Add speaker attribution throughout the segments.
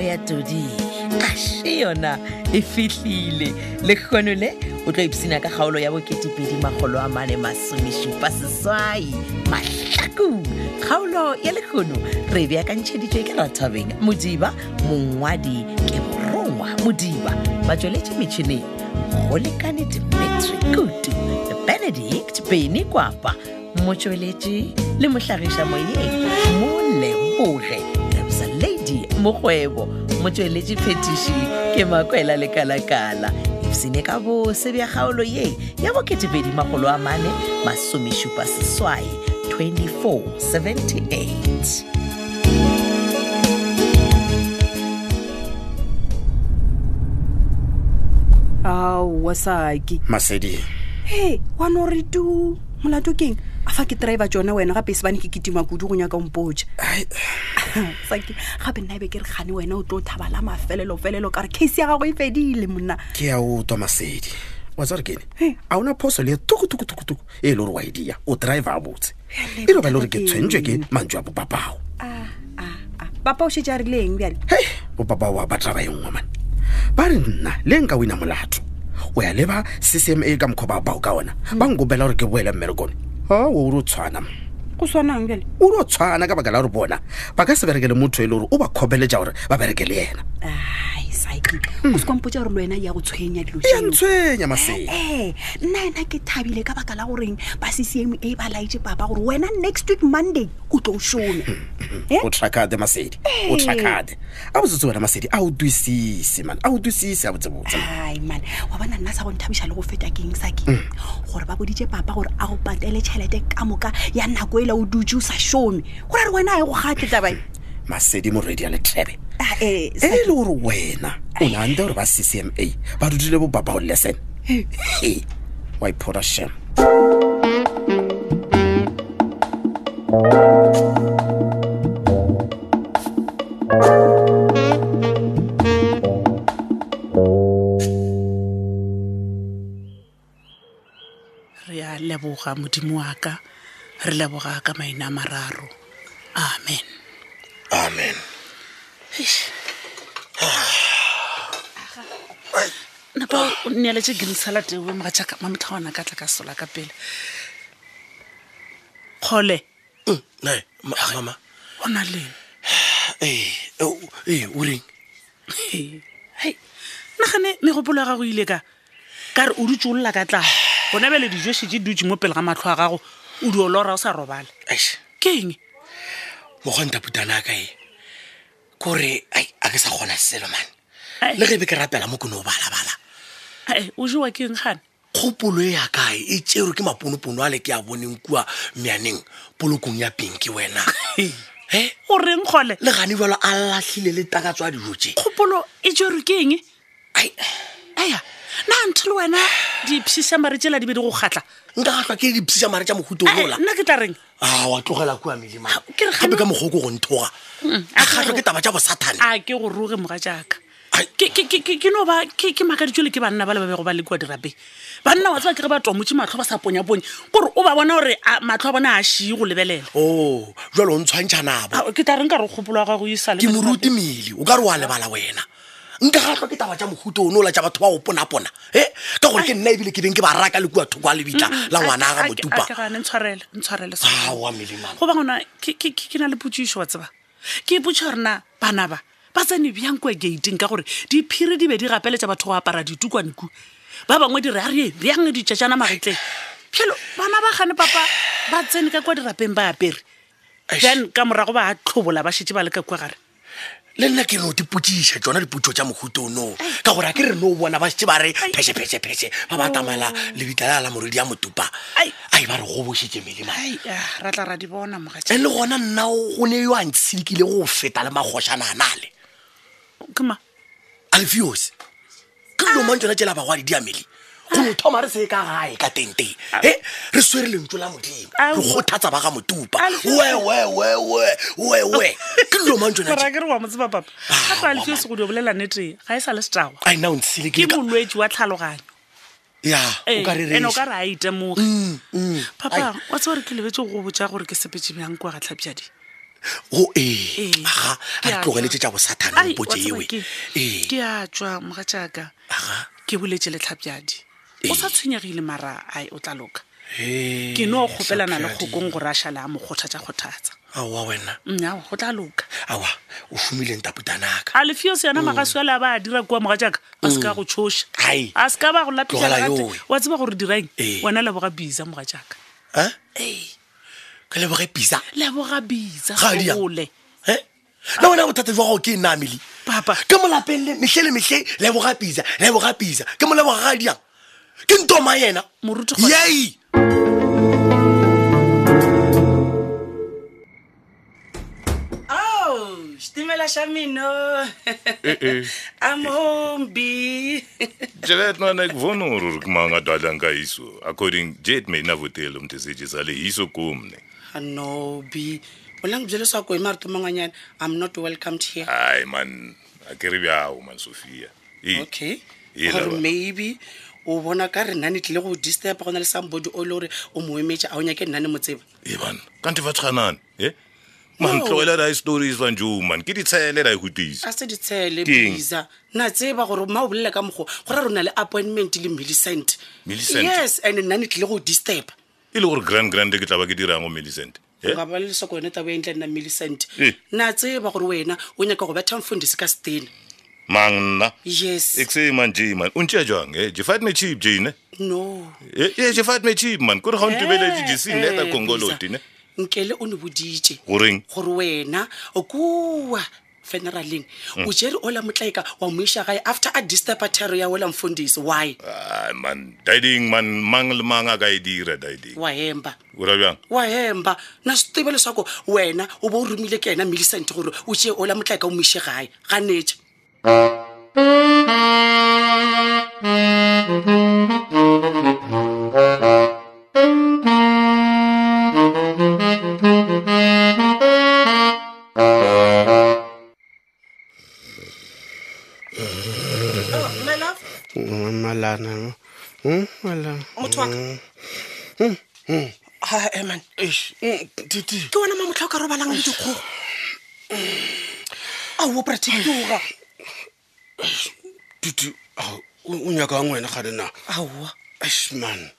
Speaker 1: ya todi ashe yona e fihlile lekgono le o tlo ipsina ka kgaolo ya boketepedi magolo a mane masomešupa seswai mahlakong kgaolo ya lekgono re e beakantšheditšwe ke rathabeng modiba mongwadi ke morongwa modiba batsweletše metšhineng go lekane dimetri kutu le benedict beny kwapa motsweletši le mohlagiša moyeng mo leboge lebsa lady mokgwebo motsweletši phetiši ke makwela le kalakala ipsene ka bosebja kgaolo ye ya boketepedi magolo a mane masomešupa seswai 2478
Speaker 2: aowa saki
Speaker 3: masedi
Speaker 2: he wa no re tu molato keng a fa ke driver tsone wena gape e sebane ke ketima kudu go nyaka ompotse
Speaker 3: Ai.
Speaker 2: saki gape nna e be ke re gane wena o tlo o thabala mafelelo-felelo ka re case ya gago e fedile monna
Speaker 3: ke a otwa masedi wa tsa re kene
Speaker 2: He.
Speaker 3: a ona phoso le tukutukutukutuku e le gore wa edia o driver a botse e re ba le gore ke tshwentswe ke mantso a bopapago
Speaker 2: Ah, ah, ah. papa o shetse a rileng bjale
Speaker 3: hei bopapago a batraba e nngwe mane ba re nna le nka wina molato o ya leba ccma ka mokgwa ba bao ka ona ba nkopela gore ke boele mmerekone a o ore o tshwana m.
Speaker 2: go swanang bjale
Speaker 3: o ore o tshwana ka baka la gore bona ba ka se berekele motho e le gore o ba kgobeletša gore ba bereke le ena
Speaker 2: ai saki o se kwampotsa gore le wena e ya go tshwenya dilo
Speaker 3: Hmm. e ya
Speaker 2: tšeo.
Speaker 3: ntshwenya masedi
Speaker 2: ee eh. nna ena ke thabile ka baka la goreng ba ccma E ba laetse papa gore wena next week monday o tlo o šome Eh?
Speaker 3: o trakade masedi o trakade a botsetse wena masedi a o twisise man a o twisise a botsebotse
Speaker 2: ai man wa bona nna sa go nthabiša le go feta ke eng sa ke gore ba boditse papa gore a go patele tšhelete ka moka ya nako e la o dutse o sa šome go ra re wena a ye go e. gatle tabae
Speaker 3: masedi moredi a letrebe
Speaker 2: ee
Speaker 3: e le gore wena o nante gore ba ccma ba dutile bo babao lesson He, wa iphora sham
Speaker 4: re a leboga modimo wa ka re leboga ka maina a mararo amen
Speaker 5: amen
Speaker 4: napa o nealetse green salad o mogatšaka mamotlha ona ka tla ka sola ka pele kgole
Speaker 5: Mm, nae, ma- mama
Speaker 4: o na leng
Speaker 5: ee o- ee, o reng
Speaker 4: hei nagane megopolo ya gago ile ka ka re o dutse o lla ka tlala gona bele dijose tse dutse mo pele ga matlho a gago o di olora o sa robale
Speaker 5: Eish,
Speaker 4: ke eng
Speaker 5: mokgwanta putana ka e kore ai a ke sa kgona selo
Speaker 4: Ai.
Speaker 5: mane le ge be ke rapela mo ke no balabala
Speaker 4: Ai, o jewa ke eng gane
Speaker 5: kgopolo e ya kae e tserwe ke maponopono a le ke a boneng kua meaneng polokong ya peng ke wena e
Speaker 4: o reng kgole
Speaker 5: le gane jalo a latlhile le takatswa dijo tse
Speaker 4: kgopolo e tserwe ke eng
Speaker 5: ai
Speaker 4: aya na ntho le wena dipšišamare tsela di be di go kgatlha
Speaker 5: nka gatlwa ke dipsisa mare tša mohuto
Speaker 4: Ae,
Speaker 5: mola
Speaker 4: nna ke tla reng
Speaker 5: a wa tlogela kua melema
Speaker 4: Ao, ke re gana-
Speaker 5: gape ka mokgoko go nthoga
Speaker 4: a
Speaker 5: Mm, a gatlwa
Speaker 4: go-
Speaker 5: ke taba tša bosathane
Speaker 4: a ke go roge moga jaaka
Speaker 5: Ai.
Speaker 4: Ke- ke- ke ke- ke no ba ke ke makaditswe le ke banna ba le ba bego ba le kua dirapeng banna wa tseba ke re ba twamotse matlho ba sa ponyaponye kore o ba bona gore a- matlho a bona a šie go lebelela
Speaker 5: o jalo Oh, o ntshwantšha nabo
Speaker 4: Ao, ke tla reng ka re kgopolo wa gago e isa
Speaker 5: ke moruti mele o ka re wa lebala wena nka gatlwa ke taba tša mohuto o ne o la tša batho ba go ponapona e ka gore ke nna ebile ke beng ke ba raka le kua thoko a lebitla la ngwana Mm, a ga motupa
Speaker 4: gane ntshwarele ntshwarele
Speaker 5: awa melemana
Speaker 4: goba gona ke ke- ke na le potsiso wa tseba ke ipotsa gorena bana ba ba tsene bjang kwa gateng ka gore diphiri di be di gapeletsa batho go apara ditukwanku ba bangwe di re a re bjang ditšatšana magetleng pjalo bana ba gane papa ba tsene ka kwa dirapeng ba apere then ka morago ba a tlhobola ba šetse ba le ka kwa gare
Speaker 5: le nna ke no di potsiša tsona dipotso tša mohuto o noo ka gore a ke re no o bona ba šetse ba re phešephešepheshe ba ba tamela lebitla la la moredi ya motupa
Speaker 4: Oh. Ai.
Speaker 5: ai ba re gobošitše melemane
Speaker 4: ai ah, ra tla ra di bona mogatša
Speaker 5: e le gona nna o- go ne yo a ntshedikile go feta le magošana a na le
Speaker 4: kema
Speaker 5: alfios ka lomang tsona tsela bagwadi di amele go no thoma re se ka gae ka tenteng e re swere lentso la modimo
Speaker 4: Ao.
Speaker 5: re kgothatsa ba ga motupa
Speaker 4: Alfios.
Speaker 5: wewewewewe ke lomang tsona
Speaker 4: mara ke re wa motseba papa
Speaker 5: Ah,
Speaker 4: gape alfio
Speaker 5: mamane.
Speaker 4: se go di bolelane tee ga e sa le setawa
Speaker 5: ai na o
Speaker 4: ke
Speaker 5: ntshelekea
Speaker 4: molwetse wa tlhaloganyo
Speaker 5: o ka
Speaker 4: ene o ka
Speaker 5: reresa
Speaker 4: re a
Speaker 6: Mm.
Speaker 4: Mm. itemoge papa wa tse gore ke lebetse go go botsa gore ke sepetse bjang kwa gatlhapjadi
Speaker 5: go
Speaker 6: eh.
Speaker 5: ee
Speaker 4: Ee,
Speaker 5: aga a
Speaker 4: ke
Speaker 5: di
Speaker 4: a
Speaker 5: tlogeletse tša
Speaker 4: tseba.
Speaker 5: bosathane
Speaker 4: Ai,
Speaker 5: mpotse
Speaker 4: wa tseba
Speaker 5: ewe
Speaker 4: ke-
Speaker 6: Eh,
Speaker 5: ee
Speaker 4: ke a tswa moga jaaka
Speaker 5: aga
Speaker 4: ke boletse letlhapjadi o sa
Speaker 5: Ee.
Speaker 4: tshwenyegile mara ai o tla loka
Speaker 6: eh,
Speaker 5: Hei,
Speaker 4: ke no kgopelana le
Speaker 5: Hlapjadi.
Speaker 4: kgokong gore a šhale a mo kgothatsa kgothatsa
Speaker 5: aowa wena
Speaker 4: nyao go tla loka
Speaker 5: aowa o fomileng taputanaka
Speaker 4: a lefios
Speaker 5: Mm.
Speaker 4: yana magaso ale a ba a dira kua moga jaaka a se ka go tshoša
Speaker 5: Ai.
Speaker 4: a se ka ba go
Speaker 5: Mm. Tlogela
Speaker 4: lapišaate
Speaker 5: yowe.
Speaker 4: wa tseba gore dirang
Speaker 5: Ee.
Speaker 4: wena leboga bisa moga jaaka
Speaker 5: ee ke leboge pisa
Speaker 4: leboga bisa
Speaker 5: Ga di yang.
Speaker 4: gole
Speaker 6: Ah.
Speaker 5: e na wena bothata jwa gago ke e namele
Speaker 4: Papa.
Speaker 5: ke mo lapeng le metlhe le metlhe leboga pisa leboga pisa ke mo leboga ga diang ke ntoma yena
Speaker 4: Moruti kgotsa-
Speaker 5: yei
Speaker 7: Oh, stimela xa mino.
Speaker 8: Eh,
Speaker 7: I'm home B.
Speaker 8: Jared no nek vono rur kumanga dalanga iso. According Jade me na votelo mteseje sale iso kumne.
Speaker 7: No B. U lang byele swa ku hi marito man'wanyana I'm not welcomed here.
Speaker 8: Ai man, akere byawo man Sofia. E,
Speaker 7: Okay.
Speaker 8: e la
Speaker 7: Or
Speaker 8: ba.
Speaker 7: maybe o bona ka re nna ne tlile go disturb go na le somebody o le gore o mo emetse a o nyake nna ne mo tseba
Speaker 8: E man, kanti vatshana. Eh? Man
Speaker 7: No.
Speaker 8: tlogela da stories van ju man. Ke di tsela da
Speaker 7: a
Speaker 8: ikutisa.
Speaker 7: se di tshele
Speaker 8: Keng?
Speaker 7: bisa na tseba gore ma o bolela ka mogo go ra re o na le appointment le millicent
Speaker 8: Millicent?
Speaker 7: yes and nna ne tlile go disturb
Speaker 8: E le gore grand grand ke tlaba ke dirango Millicent. Eh?
Speaker 7: nga ba le leswaku wena tabo e ntle nna millicent
Speaker 8: Eh.
Speaker 7: na tseba gore wena o nyaka go betha mfundisi ka stena
Speaker 8: Man na.
Speaker 7: yes
Speaker 8: Ekse man ji man. Untse jwang eh? Je fat me cheap ji ne.
Speaker 7: no
Speaker 8: Eh, eh je fat me cheap man. Kore ga ntubele di sing leta kongoloti ne.
Speaker 7: nkele o ne boditse
Speaker 8: Goreng?
Speaker 7: gore wena o kua funeraleng o jere ola motlaika wa moiša gae after a disturba thero ya ola mfundisi why
Speaker 8: Ai Ah, man, daiding man mang le mang a ka e dira daiding.
Speaker 7: wa hemba
Speaker 8: O ra bjang?
Speaker 7: wa hemba na swi tive leswaku wena o bo o rumile ke yena millicent gore o jee ola motlaika o moiše gae ganetse
Speaker 6: malana malana
Speaker 7: motho waka ha eman
Speaker 5: titi
Speaker 7: ke wona mamotlha o ka robalang le dikgogo ao operatikoga
Speaker 6: tutu o nyaka ngwena gane na
Speaker 7: aowa
Speaker 6: Eish, man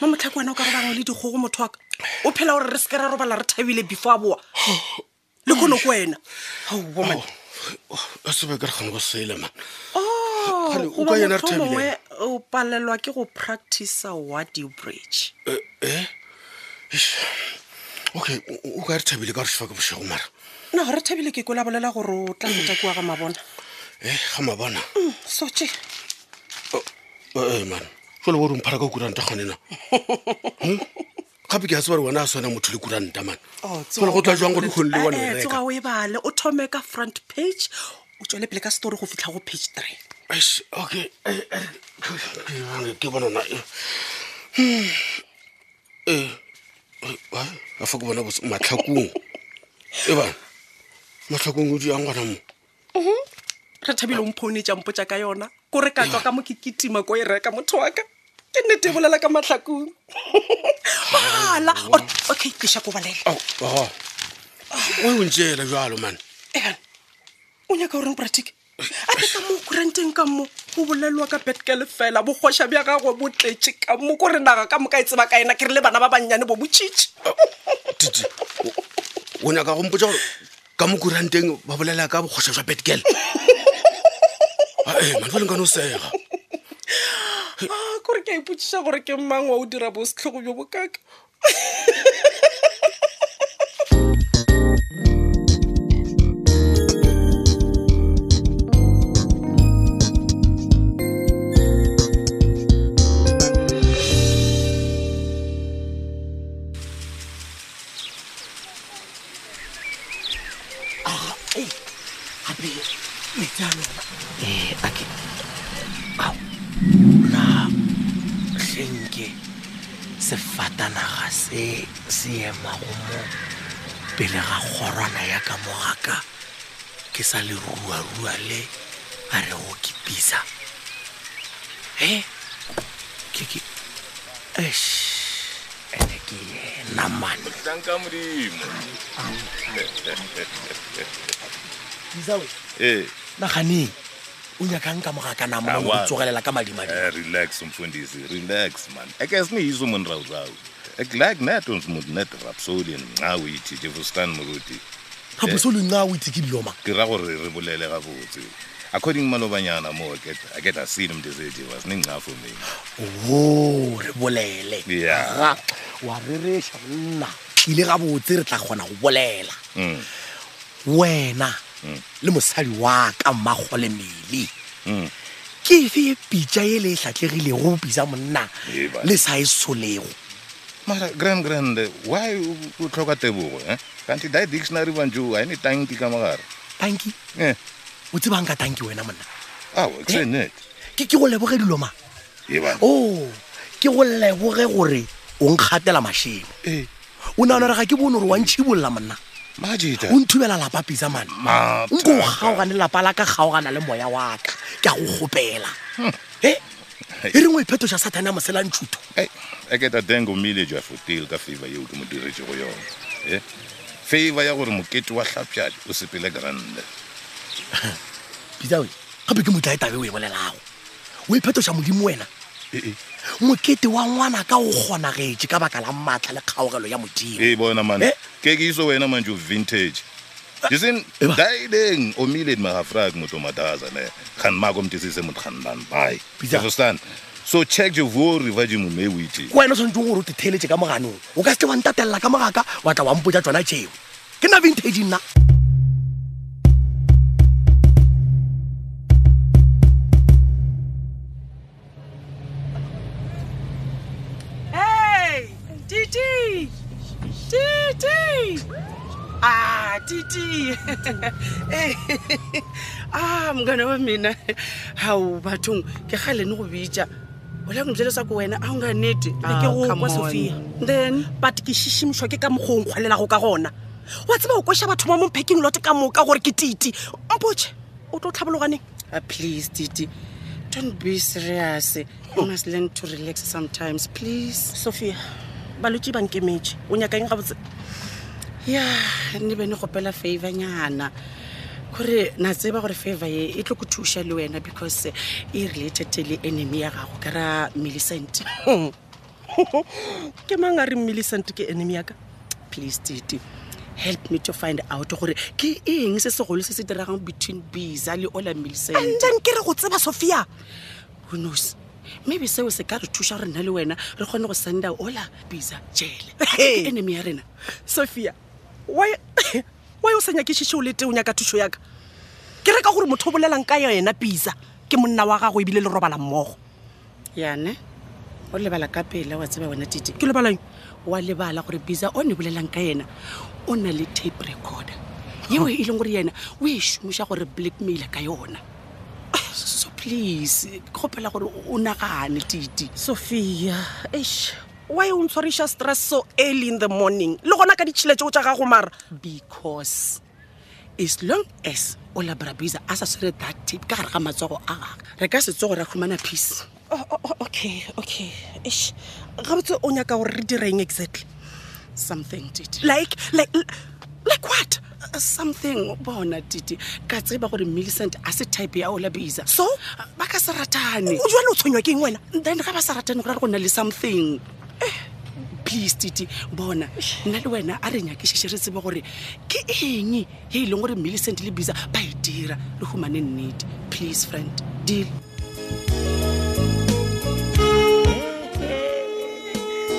Speaker 7: mamotlha ke wena o ka robalang le dikgogo motho waka o phela gore re se ke ra robala re thabile before a boa le kgone ko wena aowa man
Speaker 6: a sebe ke re kgone go sele man Kgale, o ka
Speaker 7: goba
Speaker 6: yena re
Speaker 7: mohlomongwe
Speaker 6: thabile.
Speaker 7: o palelwa ke go practica what you bridge
Speaker 6: okay o- o ka re thabile ka gore sefa ke bošego mara
Speaker 7: nna gore thabile ke kola bolela gore o tla metakiwa ga mabona
Speaker 6: e ga mabona
Speaker 7: sote
Speaker 6: ee man jole gore o mphara ka kuranta gane na Hmm? gape ke a tseba re wena a swana motho le kuranta man
Speaker 4: Oh,
Speaker 6: fela go tla jwang gore kgone le wane
Speaker 7: Eh, eh, tsoga
Speaker 6: reka
Speaker 7: o e bale o thome ka front page o tswele pele ka story go fitlha go page three
Speaker 6: Eish, okay Eh, eh, ke bone- Eh, hmm. ke bonana ee a fa ke bona botse- matlhakong e bana matlhakong o diang gona mo
Speaker 7: re thabile o mphoune jampotsa ka yona kore ka tswa ka mo ke ketima ko e reka motho wa ka ke nnete e bolela ka matlhakong bala okay ke sha ko balela
Speaker 6: Au, aha. Oh, o e o ntseela jalo mane
Speaker 7: ean Eh, o nyaka goreng pratic a ke ka mo kuranteng ka mo go bolelelwa ka betkel fela bogoša bja gagwe bo tletse ka mo kore naga ka moka e tseba ka ena ke re le bana ba bannyane bo botšhitše
Speaker 6: tite o nyaka gompotsa gore ka mo kuranteng ba bolela ka bokgoša jwa betgal ee mane fa lenkane o sega
Speaker 7: a kore ke a ipotsiša gore ke mang wa o dira bo setlhogo bjo bokaka
Speaker 5: gape metsi a lona ee ake ao na genke sefatanaga se eh, se emago mo pele ga kgorwana ya ka mogaka ke sa le ruarua le a re go kepisa e eh, ke ke esh ene ke ke yena mane
Speaker 8: tanka modimo
Speaker 5: disawe
Speaker 8: ee
Speaker 5: naganeng o nyakang ka mogakana
Speaker 1: Ah,
Speaker 5: mona
Speaker 8: Aowa.
Speaker 5: go tsogelela ka madimadimo
Speaker 8: Eh, relax umfundisi relax man eke siniyiso monrawurawu ekulike neto nsimuti nedrapsodi ncawe ithite fustan mokuti
Speaker 5: gaposo lenga o itse ke diloma
Speaker 8: ke ra gore re bolele gabotse according malobanyana mo aket- aket asini mntesedi wasinenca for me
Speaker 5: o re bolele
Speaker 8: Yeah.
Speaker 5: Ga, wa rereša nna Ke ile gabotse re tla kgona go bolela
Speaker 8: Mm,
Speaker 5: wena le mosadi wa ka mmagole mele
Speaker 8: mm.
Speaker 5: ke efe pitša e le e tlhatlegilego pitsa monna
Speaker 8: Eba.
Speaker 5: le sa e solego
Speaker 8: mara grand grand eh, why o- o tlhoka tebogo e kanti di dictionary banjo ga ene tanki ka mogare
Speaker 5: tanki
Speaker 8: Eh,
Speaker 5: o tsebang ka tanki wena monna
Speaker 8: ao exenet
Speaker 5: ke ke go leboge diloma
Speaker 8: eba
Speaker 5: o ke go leboge gore o nkgatela mašhemo
Speaker 8: Eh,
Speaker 5: o naona re ga ke bone gore wa ntšhibolola monna
Speaker 8: majeta
Speaker 5: o nthubela lapa pitsa mane
Speaker 8: Mathata.
Speaker 5: nko o kgaogane lapa la ka kgaogana le moya wa ka ke a go gopela e e rengwe e phetoša sathane ya moselantšhuto
Speaker 8: Ei, eketa dengo milejo ya fotel ka favor yeo ke mo diretšego yona e favor ya gore mokete wa tlhapjale o sepele grande
Speaker 5: pitsawe ah, gape ke motla e tabe o e bolelago o e phetoša modimo wena mokete wa ngwana ka o kgonagetse ka baka la maatla le kgaogelo ya modimo
Speaker 8: e bona man
Speaker 5: Eh? Ah.
Speaker 8: ke ke iso wena manjo vintage jesen
Speaker 5: Eba.
Speaker 8: daideng omiled magafrak motho mataza ne gan mako mtisise motho gandan bai
Speaker 5: Bitsa.
Speaker 8: stan so check je vori va je mome o ite
Speaker 5: ko wena o tshwanetseng gore o tetheletse ka moganong o ka seke wa ntatelela ka mogaka wa tla wa mpotsa tsona tseo ke nna vintage nna
Speaker 7: Hey, Titi! Titi! Ah, Titi! Hey, ah, mngane wa mina. Hao bathong, ke gale ne go bitsa. O la ngmjele sa ko wena, a o nga nete.
Speaker 2: Ne ke go
Speaker 7: Ah, come
Speaker 2: kwa
Speaker 7: on.
Speaker 2: Sophia.
Speaker 7: Then
Speaker 2: but ke šišimišwa ke ka mokgwa o nkgwalelago ka gona wa tseba o kweša batho ba mopheking lote ka moka gore ke titi mpotše o tlo tlhabologaneng
Speaker 7: ah, please Titi, don't be serious. You must learn to relax sometimes, please.
Speaker 2: sophia balwetse ba nkemetse o nyakang gabotse
Speaker 7: Yeah, ne be ne gopela favor nyana. gore na tseba gore favor ye e tlo go thuša le wena because eh, e related le enemy ya gago ka ra millicent
Speaker 2: ke mang a re millicent ke enemy yaka
Speaker 7: please titi help me to find out gore ke eng se segolo se se diragang between bisa le ola
Speaker 2: and
Speaker 7: millicent
Speaker 2: then ke re go tseba sophia
Speaker 7: who knows maybe seo se ka re thuša gore nna le wena re kgone go senda ola bisa jele
Speaker 2: Hey.
Speaker 7: Ke enemy ya rena
Speaker 2: sophia why why o sa nyakešiše o le teo nyaka thušo yaka ke reka gore motho o bolelang ka yena pisa ke monna wa gago ebile le robala mmogo
Speaker 7: yane o lebala ka pela wa tseba wena titi
Speaker 2: ke lebalang
Speaker 7: wa lebala gore bisa o ne bolelang ka yena o na le tape recorder yeo e leng gore yena o e šomoša gore blackmail ka yona Ah, so please ke kgopela gore o nagane titi
Speaker 2: sophia ash why o ntshwariša stress so early in the morning le gona ka ditšhile tseo tša gago mara
Speaker 7: because as long as o labrabiza a sa swere that tape ka gare ga matsogo a gage re ka setsogo ra humana peace
Speaker 2: Oh, oh, oh, okay okay ash gabotse o nyaka gore re direng exactly
Speaker 7: something titi
Speaker 2: like like like what
Speaker 7: something bona titi ka tseba gore millicent a se type ya olabiza
Speaker 2: so
Speaker 7: ba ka se ratane
Speaker 2: o jale o tshwenywa ke eng wena
Speaker 7: then ga ba sa ratane go ra re go na le something Eh, please titi bona nna le wena a re nyakešiše re tsebe gore ke eng e e leng gore millicent le bisa ba e dira re humane nnete please friend deal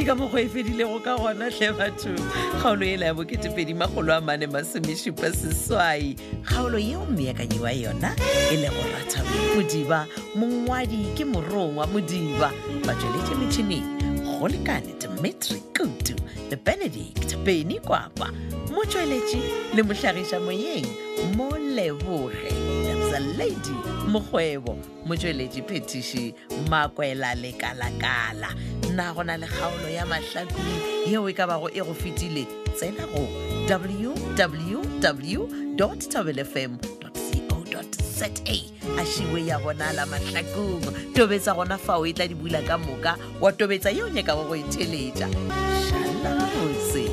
Speaker 1: ke ka mokgwa e fedilego ka gona tlhe batho kgaolo e la ya boketepedi magolo a mane masomešupa seswai kgaolo yeo meakanyi wa yona e lego rathabo modiba mongwadi ke morongwa modiba batsweletše metšhineng go lekane dimitri kutu le benedict beny kwapa motsweletši le mohlagiša moyeng mo leboge Lebza lady mokgwebo motsweletši phetiši makwela lekalakala na go na le kgaolo ya mahlakong yeo e ka bago e go fetile tsena go www tobelfm co za a šiwe ya bonala mahlakong tobetsa gona fao e tla di bula ka moka wa tobetsa yeo nyaka wa go e theletša šalabotse